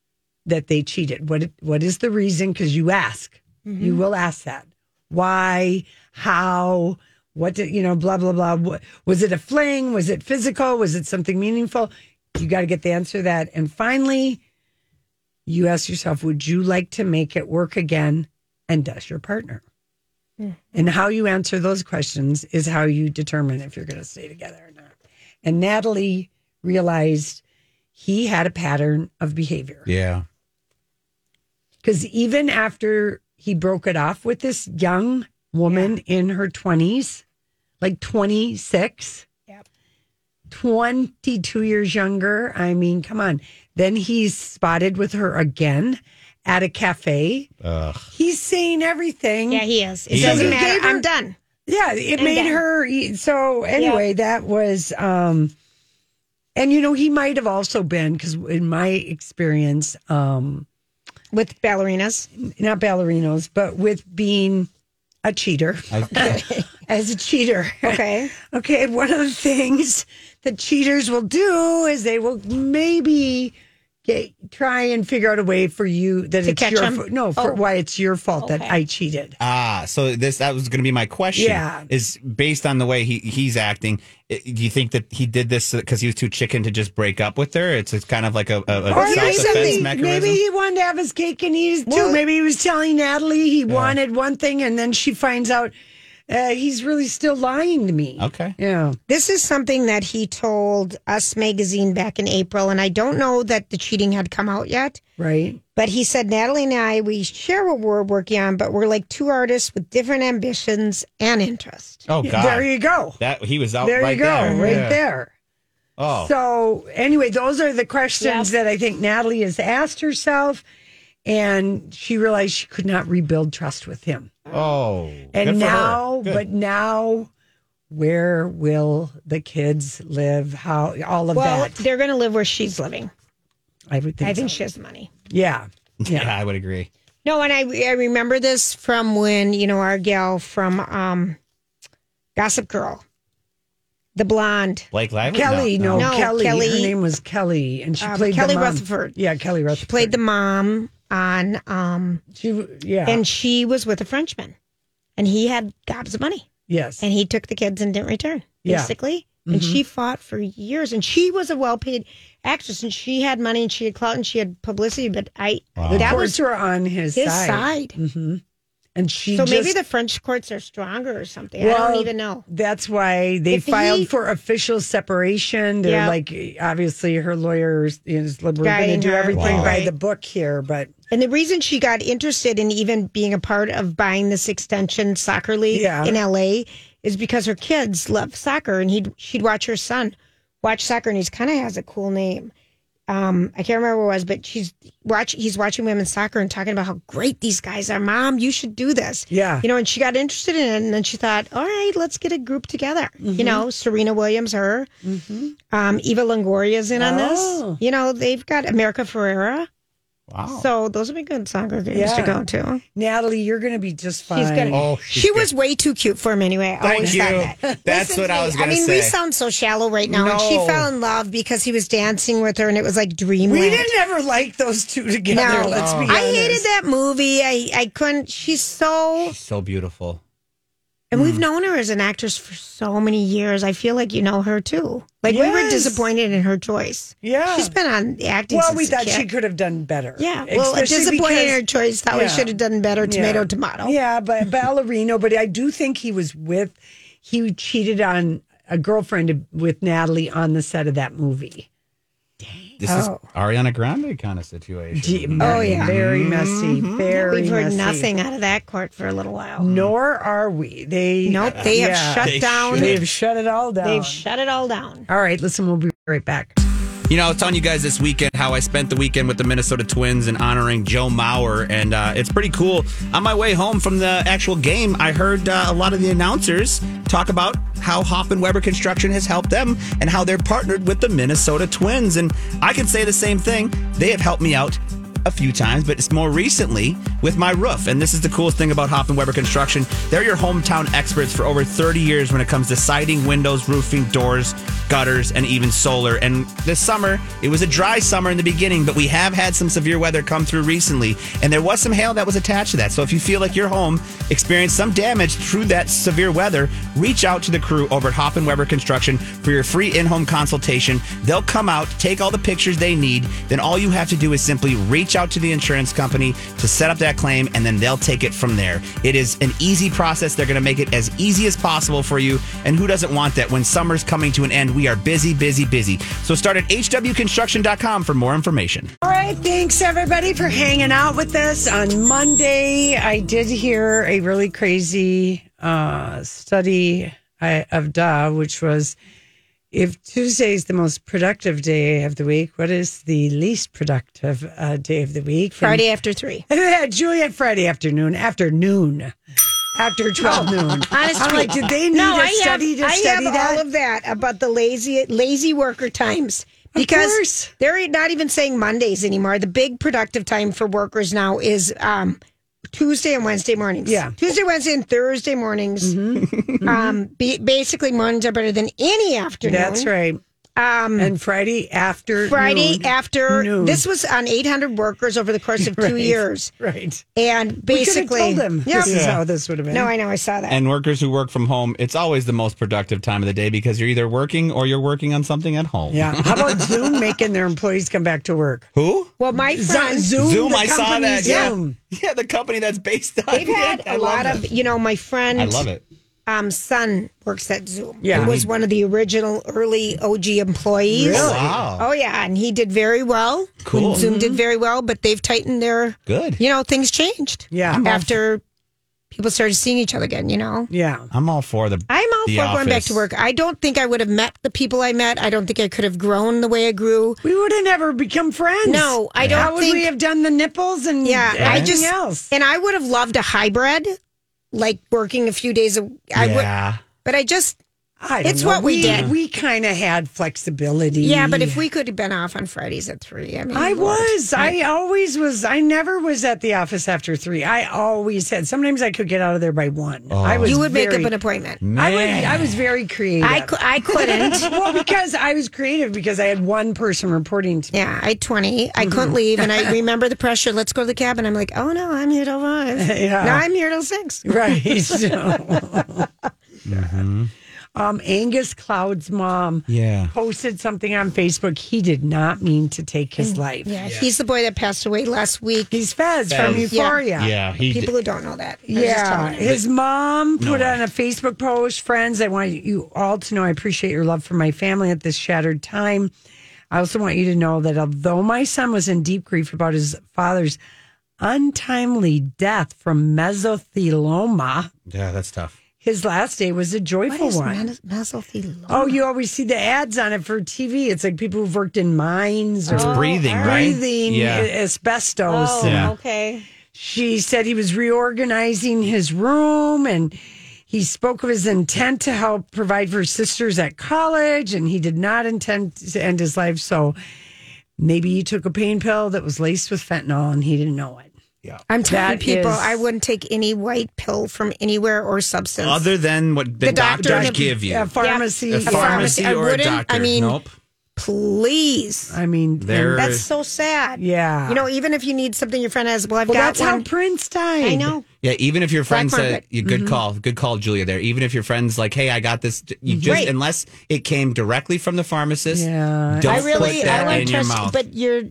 B: that they cheated? What What is the reason? Because you ask, you will ask that. Why? How? What did you know? Blah blah blah. What, was it a fling? Was it physical? Was it something meaningful? You got to get the answer to that. And finally, you ask yourself, would you like to make it work again? And does your partner? And how you answer those questions is how you determine if you're going to stay together or not. And Natalie realized he had a pattern of behavior
A: Yeah.
B: because even after he broke it off with this young woman in her 20s, like 26,
C: Yep.
B: 22 years younger. I mean, come on. Then he's spotted with her again at a cafe. He's saying everything.
C: Yeah, he is. It
A: He
C: doesn't
A: is.
C: matter.
B: Gave her-
C: I'm done.
B: Yeah, it
C: And
B: made
C: then-
B: her e, so anyway, that was um and you know, he might have also been cuz in my experience um
C: With ballerinas.
B: not ballerinos, but with being
A: [LAUGHS]
B: a cheater. As a cheater.
C: Okay.
B: Okay, one of the things that cheaters will do is they will maybe get, try and figure out a way for you that
C: To
B: it's
C: catch
B: your
C: them?
B: fa- no for
C: Oh.
B: why it's your fault that
C: Okay.
B: I cheated.
A: Ah, so this that was going to be my question.
B: Yeah.
A: is based on the way he he's acting. i- Do you think that he did this because he was too chicken to just break up with her? It's, it's kind of like a, a, a
B: Or
A: self
B: maybe
A: defense
B: something.
A: mechanism.
B: Maybe he wanted to have his cake and eat it too.
C: Well-
B: maybe he was telling Natalie he wanted one thing, and then she finds out uh, he's really still lying to me.
A: Okay.
B: Yeah.
C: This is something that he told Us Magazine back in April, and I don't know that the cheating had come out yet.
B: Right.
C: But he said, Natalie and I, we share what we're working on, but we're like two artists with different ambitions and interests.
A: Oh God,
B: There you go.
A: that he was out
B: There
A: right
B: you go.
A: there.
B: Right
A: Yeah.
B: there.
A: Oh,
B: So anyway, those are the questions that I think Natalie has asked herself, and she realized she could not rebuild trust with him.
A: oh,
B: And
A: good for her.
B: now,
A: Good.
B: but now, where will the kids live? How all of
C: Well,
B: that?
C: they're going to live where she's living.
B: I would think.
C: I think
B: so.
C: she has the money.
B: Yeah.
A: [LAUGHS] [LAUGHS] yeah. I would agree.
C: No, and I, I remember this from when, you know, our gal from um, Gossip Girl, the blonde.
A: Blake Lively,
B: Kelly, no,
C: No,
B: Kelly. Her
C: Kelly-
B: name was Kelly, and she
C: Um,
B: played the
C: Kelly
B: mom.
C: Rutherford.
B: Yeah, Kelly Rutherford
C: Played the mom on, um,
B: She, yeah,
C: and she was with a Frenchman, and he had gobs of money.
B: yes,
C: and he took the kids and didn't return
B: Yeah. Mm-hmm.
C: basically and she fought for years and she was a well-paid actress and she had money and she had clout and she had publicity but i
B: the
C: that
B: courts
C: was
B: were on his,
C: his
B: side. Mm-hmm.
C: side,
B: and she.
C: so maybe
B: just-
C: the french courts are stronger or something i
B: Well,
C: don't even know
B: That's why they
C: If
B: filed
C: he-
B: for official separation. They're
C: Yeah.
B: like, obviously, her lawyers is we're going to
C: Guiding
B: do
C: her,
B: everything by
C: right.
B: the book here, but
C: and the reason she got interested in even being a part of buying this extension soccer league
B: Yeah.
C: in la is because her kids love soccer and he'd she'd watch her son watch soccer and he's kind of has a cool name um, I can't remember what it was, but she's watch. He's watching women's soccer and talking about how great these guys are. Mom, you should do this.
B: Yeah.
C: you know. And she got interested in it, and then she thought, all right, let's get a group together.
B: Mm-hmm.
C: You know, Serena Williams, her, um, Eva Longoria's in on
B: Oh.
C: this. You know, they've got America Ferrera.
A: Wow.
C: So those would be good soccer games
B: Yeah.
C: to go to.
B: Natalie, you're going to be just fine.
C: She's gonna.
A: Oh, she's
C: she was way too cute for him anyway. I
A: Thank
C: always
A: you.
C: thought
A: [LAUGHS]
C: that.
A: That's
C: Listen
A: what
C: to
A: I
C: me.
A: was
C: I
A: gonna
C: mean, we
A: say.
C: sound so shallow right now, and she
B: No.
C: fell in love because he was dancing with her, and it was like dreamland.
B: we didn't ever like those two together.
C: No.
B: Let's be honest.
C: I hated that movie. I, I couldn't. She's so,
A: so beautiful.
C: and
B: Hmm.
C: we've known her as an actress for so many years. I feel like you know her too. Like we were
B: Yes.
C: disappointed in her choice.
B: Yeah.
C: she's been on the acting.
B: Well,
C: since
B: we
C: a
B: thought
C: kid.
B: she could have done better.
C: Yeah, well,
B: Especially
C: disappointed in
B: because-
C: her choice. Thought we
B: Yeah.
C: should have done better. Tomato,
B: Yeah.
C: tomato.
B: Yeah, but ballerino. But I do think he was with. He cheated on a girlfriend with Natalie on the set of that movie.
A: This is
C: Oh.
A: Ariana Grande kind of situation.
B: Gee, oh yeah, very messy. Very.
C: We've heard
B: messy. Mm.
C: nothing out of that court for a little while.
B: Nor are we. They
C: Nope, they have shut
A: They
C: down.
A: should.
B: They've shut it all down.
C: They've shut it all down.
B: all right, listen, we'll be right back.
A: You know, I was telling you guys this weekend how I spent the weekend with the Minnesota Twins and honoring Joe Mauer, and uh, it's pretty cool. On my way home from the actual game, I heard uh, a lot of the announcers talk about how Hoffman Weber Construction has helped them and how they're partnered with the Minnesota Twins. And I can say the same thing. They have helped me out a few times, but it's more recently with my roof. And this is the coolest thing about Hoffman Weber Construction. They're your hometown experts for over 30 years when it comes to siding, windows, roofing, doors, gutters, and even solar. And this summer, it was a dry summer in the beginning, but we have had some severe weather come through recently. And there was some hail that was attached to that. So if you feel like your home experienced some damage through that severe weather, reach out to the crew over at Hoffman Weber Construction for your free in home consultation. They'll come out, take all the pictures they need. Then all you have to do is simply reach out to the insurance company to set up that claim, and then they'll take it from there. It is an easy process. They're going to make it as easy as possible for you. And who doesn't want that? When summer's coming to an end, we are busy, busy, busy. So start at hwconstruction.com for more information.
B: All right, thanks everybody for hanging out with us on Monday. I did hear a really crazy uh, study I, of Da, which was if Tuesday is the most productive day of the week, what is the least productive uh, day of the week?
C: Friday
B: [LAUGHS]
C: after three.
B: And, yeah, Juliet Friday afternoon, after noon, after twelve noon.
C: Oh, Honestly,
B: I'm like, did they need
C: no,
B: a
C: I have-
B: study to
C: I
B: study
C: have
B: that?
C: all of that about the lazy lazy worker times because
B: course.
C: they're not even saying Mondays anymore. The big productive time for workers now is um, Tuesday and Wednesday mornings.
B: Yeah. Mm-hmm.
C: Tuesday, Wednesday, and Thursday mornings. Um, be, basically, mornings are better than any afternoon.
B: That's right. Um, and Friday after
C: Friday
B: noon.
C: after
B: Noon.
C: this was on 800 workers over the
B: [LAUGHS]
C: course of two
B: Right,
C: years,
B: right?
C: and basically,
B: we could have told them
C: Yep.
B: this is how this would have been.
C: No, I know, I saw that.
A: And workers who work from home, it's always the most productive time of the day because you're either working or you're working on something at home.
B: yeah. How about
C: [LAUGHS]
B: Zoom making their employees come back to work?
A: Who?
C: well, my
B: Zo-
C: friend,
B: Zoom,
A: Zoom,
B: the
A: I saw
B: company
A: that.
B: Zoom.
A: Yeah. yeah, the company that's based on.
C: they've had
A: a
C: a lot of, you know, my friend,
A: I love it.
C: um, son works at Zoom.
B: Yeah.
C: He was one of the original early OG employees.
A: Wow.
C: Oh, yeah. And he did very well.
A: Cool.
C: Zoom
B: Mm-hmm.
C: did very well, but they've tightened their,
A: Good.
C: you know, things changed.
B: Yeah.
C: After people started seeing each other again, you know?
B: Yeah.
A: I'm all for the.
C: I'm all
A: the
C: for going back
A: office.
C: to work. I don't think I would have met the people I met. I don't think I could have grown the way I grew.
B: We would have never become friends.
C: No, I don't
B: How would
C: think-
B: we have done the nipples and
C: Yeah, I
B: everything
C: just
B: else?
C: and I would have loved a hybrid, like working a few days. A, I would,
A: yeah.
C: but I just
B: I don't
C: it's
B: know.
C: what we
B: we
C: did.
B: We kind of had flexibility.
C: yeah. But if we could have been off on Fridays at three, I mean,
B: I
C: Lord.
B: was. I always was. I never was at the office after three. I always had. Sometimes I could get out of there by one.
A: Oh.
B: I was.
C: You would make
B: very-
C: up an appointment.
B: I would. I was very creative.
C: I cou- I
B: [LAUGHS]
C: couldn't.
B: well, because I was creative because I had one person reporting to me.
C: Yeah, I had 20. I
B: Mm-hmm.
C: couldn't leave. And I remember the pressure. Let's go to the cabin. I'm like, oh no, I'm here till five.
B: [LAUGHS] Yeah.
C: No, I'm here till six. [LAUGHS]
B: Right. So.
C: Mm-hmm.
B: um, Angus Cloud's mom
A: Yeah.
B: posted something on Facebook. He did not mean to take his life.
C: Yeah, he's the boy that passed away last week.
B: He's Fez, from
A: Fez.
B: Euphoria.
A: Yeah. He.
C: People who don't know that. I was just
B: Yeah,
C: telling you.
B: his mom put
A: way.
B: on a Facebook post, friends, I want you all to know I appreciate your love for my family at this shattered time. I also want you to know that although my son was in deep grief about his father's untimely death from mesothelioma,
A: yeah, that's tough.
B: his last day was a
C: What
B: joyful
C: is
B: one.
C: mes- mesothelioma?
B: oh, you always see the ads on it for TV. It's like people who've worked in mines or
A: It's breathing, right?
B: breathing
A: Yeah.
B: asbestos.
C: Oh,
A: Yeah.
C: okay.
B: She said he was reorganizing his room and he spoke of his intent to help provide for his sisters at college and he did not intend to end his life. So maybe he took a pain pill that was laced with fentanyl and he didn't know it.
C: I'm telling
B: That
C: people
B: is-
C: I wouldn't take any white pill from anywhere or substance.
A: Other than what the,
C: The doctor
A: doctors
C: and-
A: give you.
B: A pharmacy.
A: a pharmacy
C: pharmacy. I
A: or a
C: wouldn't-
A: doctor.
C: I mean-
A: nope.
C: Please.
B: I mean,
A: There-
C: That's so sad.
B: Yeah.
C: You know, even if you need something, your friend has, well, I've
B: well,
C: got
B: that's
C: one.
B: how Prince died.
C: I know.
A: Yeah, even if your friend
C: Black
A: said,
C: market. Mm-hmm.
A: yeah, "Good call, good call, Julia." There, even if your friend's like, "Hey, I got this," you just
C: Right.
A: unless it came directly from the pharmacist,
B: Yeah.
A: don't
C: I really,
A: put
C: I
A: that
C: want
A: in
C: to
A: your
C: trust,
A: mouth.
C: but you're,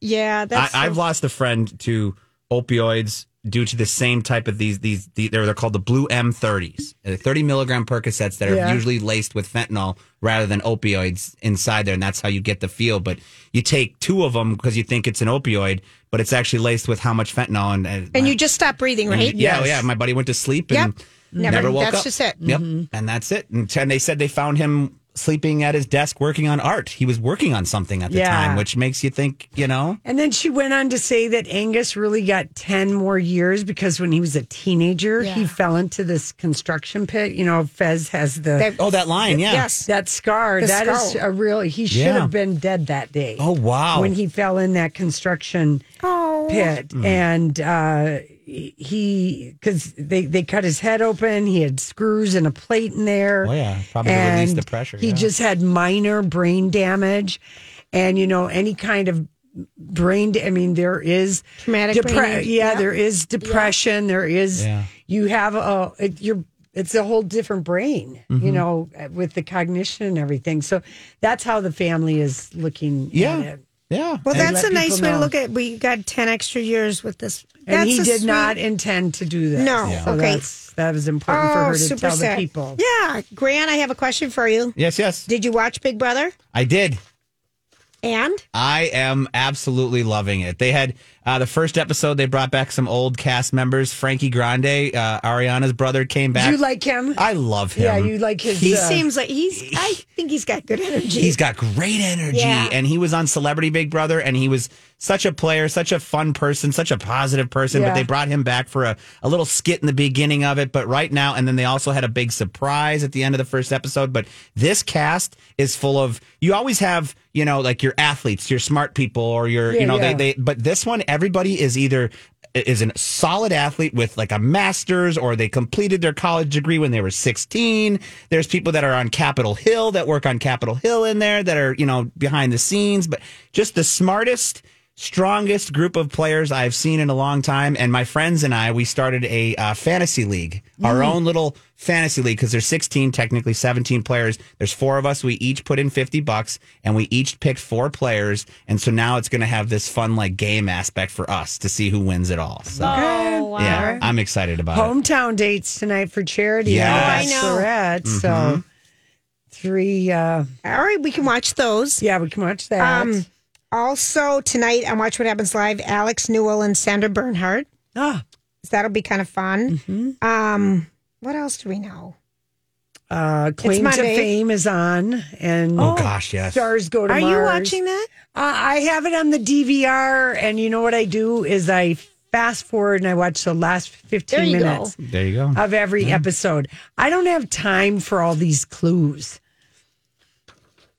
C: yeah,
A: I,
C: that's. so-
A: I've lost a friend to opioids due to the same type of these these, the they're, they're called the blue M30s, uh, 30 milligram Percocets that are
B: Yeah.
A: usually laced with fentanyl rather than opioids inside there, and that's how you get the feel. But you take two of them because you think it's an opioid, but it's actually laced with how much fentanyl and, and,
C: And you just stop breathing,
A: and-
C: right?
A: Mm, yeah, yeah. My buddy went to sleep and
C: Yep.
A: never,
C: Never-
A: woke
C: that's
A: up.
C: just it.
A: Yep,
B: Mm-hmm.
A: and that's it. And, and they said they found him sleeping at his desk working on art. He was working on something at the
B: Yeah.
A: time, which makes you think, you know.
B: And then she went on to say that Angus really got 10 more years because when he was a teenager, he fell into this construction pit. You know, Fez has the
C: That-
A: Oh, that line, yeah.
C: Yes.
B: that scar.
C: The
B: That is
C: skull.
B: a real, he should
A: Yeah.
B: have been dead that day.
A: Oh wow.
B: When he fell in that construction
C: Oh.
B: pit.
A: Mm-hmm.
B: And uh, he, because they, they cut his head open, he had screws and a plate in there.
A: Oh, yeah. Probably to release the pressure,
B: He
A: yeah.
B: just had minor brain damage. And, you know, any kind of brain, I mean, there is
C: Traumatic brain injury,
B: yeah,
C: yeah.
B: there is depression. There is,
A: Yeah.
B: you have a, it, you're, it's a whole different brain,
A: Mm-hmm.
B: you know, with the cognition and everything. So that's how the family is looking
A: Yeah.
B: at it.
A: yeah.
C: Well,
A: And-
C: that's
B: let
C: a nice
B: people
C: way to
B: know.
C: look at. We got ten extra years with this.
B: And
C: That's
B: he
C: a
B: did
C: sweet-
B: not intend to do that.
C: No, Yeah. okay.
B: that was important for
C: Oh,
B: her to
C: super
B: tell
C: sad.
B: the people.
C: Yeah, Grant, I have a question for you.
A: yes, yes.
C: Did you watch Big Brother?
A: I did.
C: And
A: I am absolutely loving it. They had uh, the first episode. They brought back some old cast members. Frankie Grande, uh, Ariana's brother, came back.
B: Do you like him?
A: I love him.
B: Yeah, you like his,
C: he
A: He's,
B: uh,
C: seems like he's. I think he's got good energy.
A: he's got great energy,
C: Yeah.
A: and he was on Celebrity Big Brother, and he was such a player, such a fun person, such a positive person. But
B: Yeah.
A: they brought him back for a, a little skit in the beginning of it. But right now, and then they also had a big surprise at the end of the first episode. But this cast is full of. You always have. You know, like your athletes, your smart people, or your, you
B: Yeah,
A: know,
B: yeah.
A: they, they, but this one, everybody is either is a solid athlete with like a master's or they completed their college degree when they were 16. There's people that are on Capitol Hill that work on Capitol Hill in there that are, you know, behind the scenes, but just the smartest, strongest group of players I've seen in a long time. And my friends and I, we started a uh, fantasy league,
B: Mm.
A: our own little fantasy league because there's 16, technically 17 players. There's four of us. We each put in 50 bucks and we each picked four players. And so now it's going to have this fun, like game aspect for us to see who wins it all. So,
G: Oh, wow.
A: yeah, I'm excited about it.
B: Hometown dates tonight for charity.
A: Yes. Mm-hmm.
B: and
A: Oh, I
C: know.
B: Bachelorette, So three. Uh,
C: All right, we can watch those.
B: yeah, we can watch that.
C: Um, Also tonight on Watch What Happens Live, Alex Newell and Sandra Bernhardt.
B: Ah,
C: So that'll be kind of fun.
B: Mm-hmm.
C: Um, what else do we know?
B: uh, Claim to
C: Monday.
B: Fame is on, and
A: Oh, gosh, yes.
B: Stars Go to
C: Are
B: Mars.
C: you watching that?
B: Uh, I have it on the DVR, and you know what I do is I fast forward and I watch the last fifteen
C: There you go.
B: minutes.
A: There you go.
B: of every episode. I don't have time for all these clues.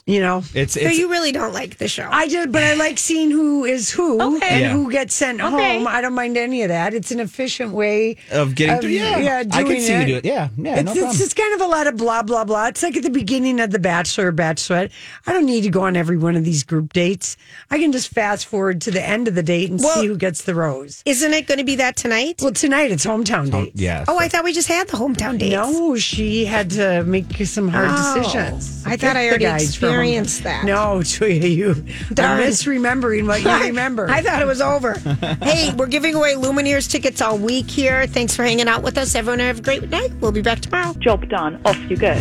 B: You know,
A: It's,
C: So
A: it's,
C: you really don't like the show.
B: I did, but I like seeing who is who
C: Okay.
B: and
A: Yeah.
B: who gets sent
C: Okay.
B: home. I don't mind any of that. It's an efficient way.
A: of getting
B: of-
A: through. Yeah,
B: yeah,
A: I can
B: doing
A: see you
B: it.
A: do it. Yeah, yeah,
B: It's,
A: no
B: it's
A: problem.
B: just kind of a lot of blah blah blah. It's like at the beginning of The Bachelor, or Bachelorette. I don't need to go on every one of these group dates. I can just fast forward to the end of the date and
C: Well-
B: see who gets the rose.
C: Isn't it going to be that tonight?
B: Well, tonight it's hometown dates.
A: yeah.
C: oh, I thought we just had the hometown dates.
B: No, she had to make some hard
C: Oh.
B: decisions.
C: I thought
B: Pick
C: I already
B: the guys from-
C: experienced that.
B: No, [LAUGHS] Julia, you
C: Darn.
B: are misremembering [LAUGHS] what you remember.
C: I thought it was over. hey, we're giving away Lumineers tickets all week here. Thanks for hanging out with us. Everyone have a great night. We'll be back tomorrow.
J: Job done. Off you go.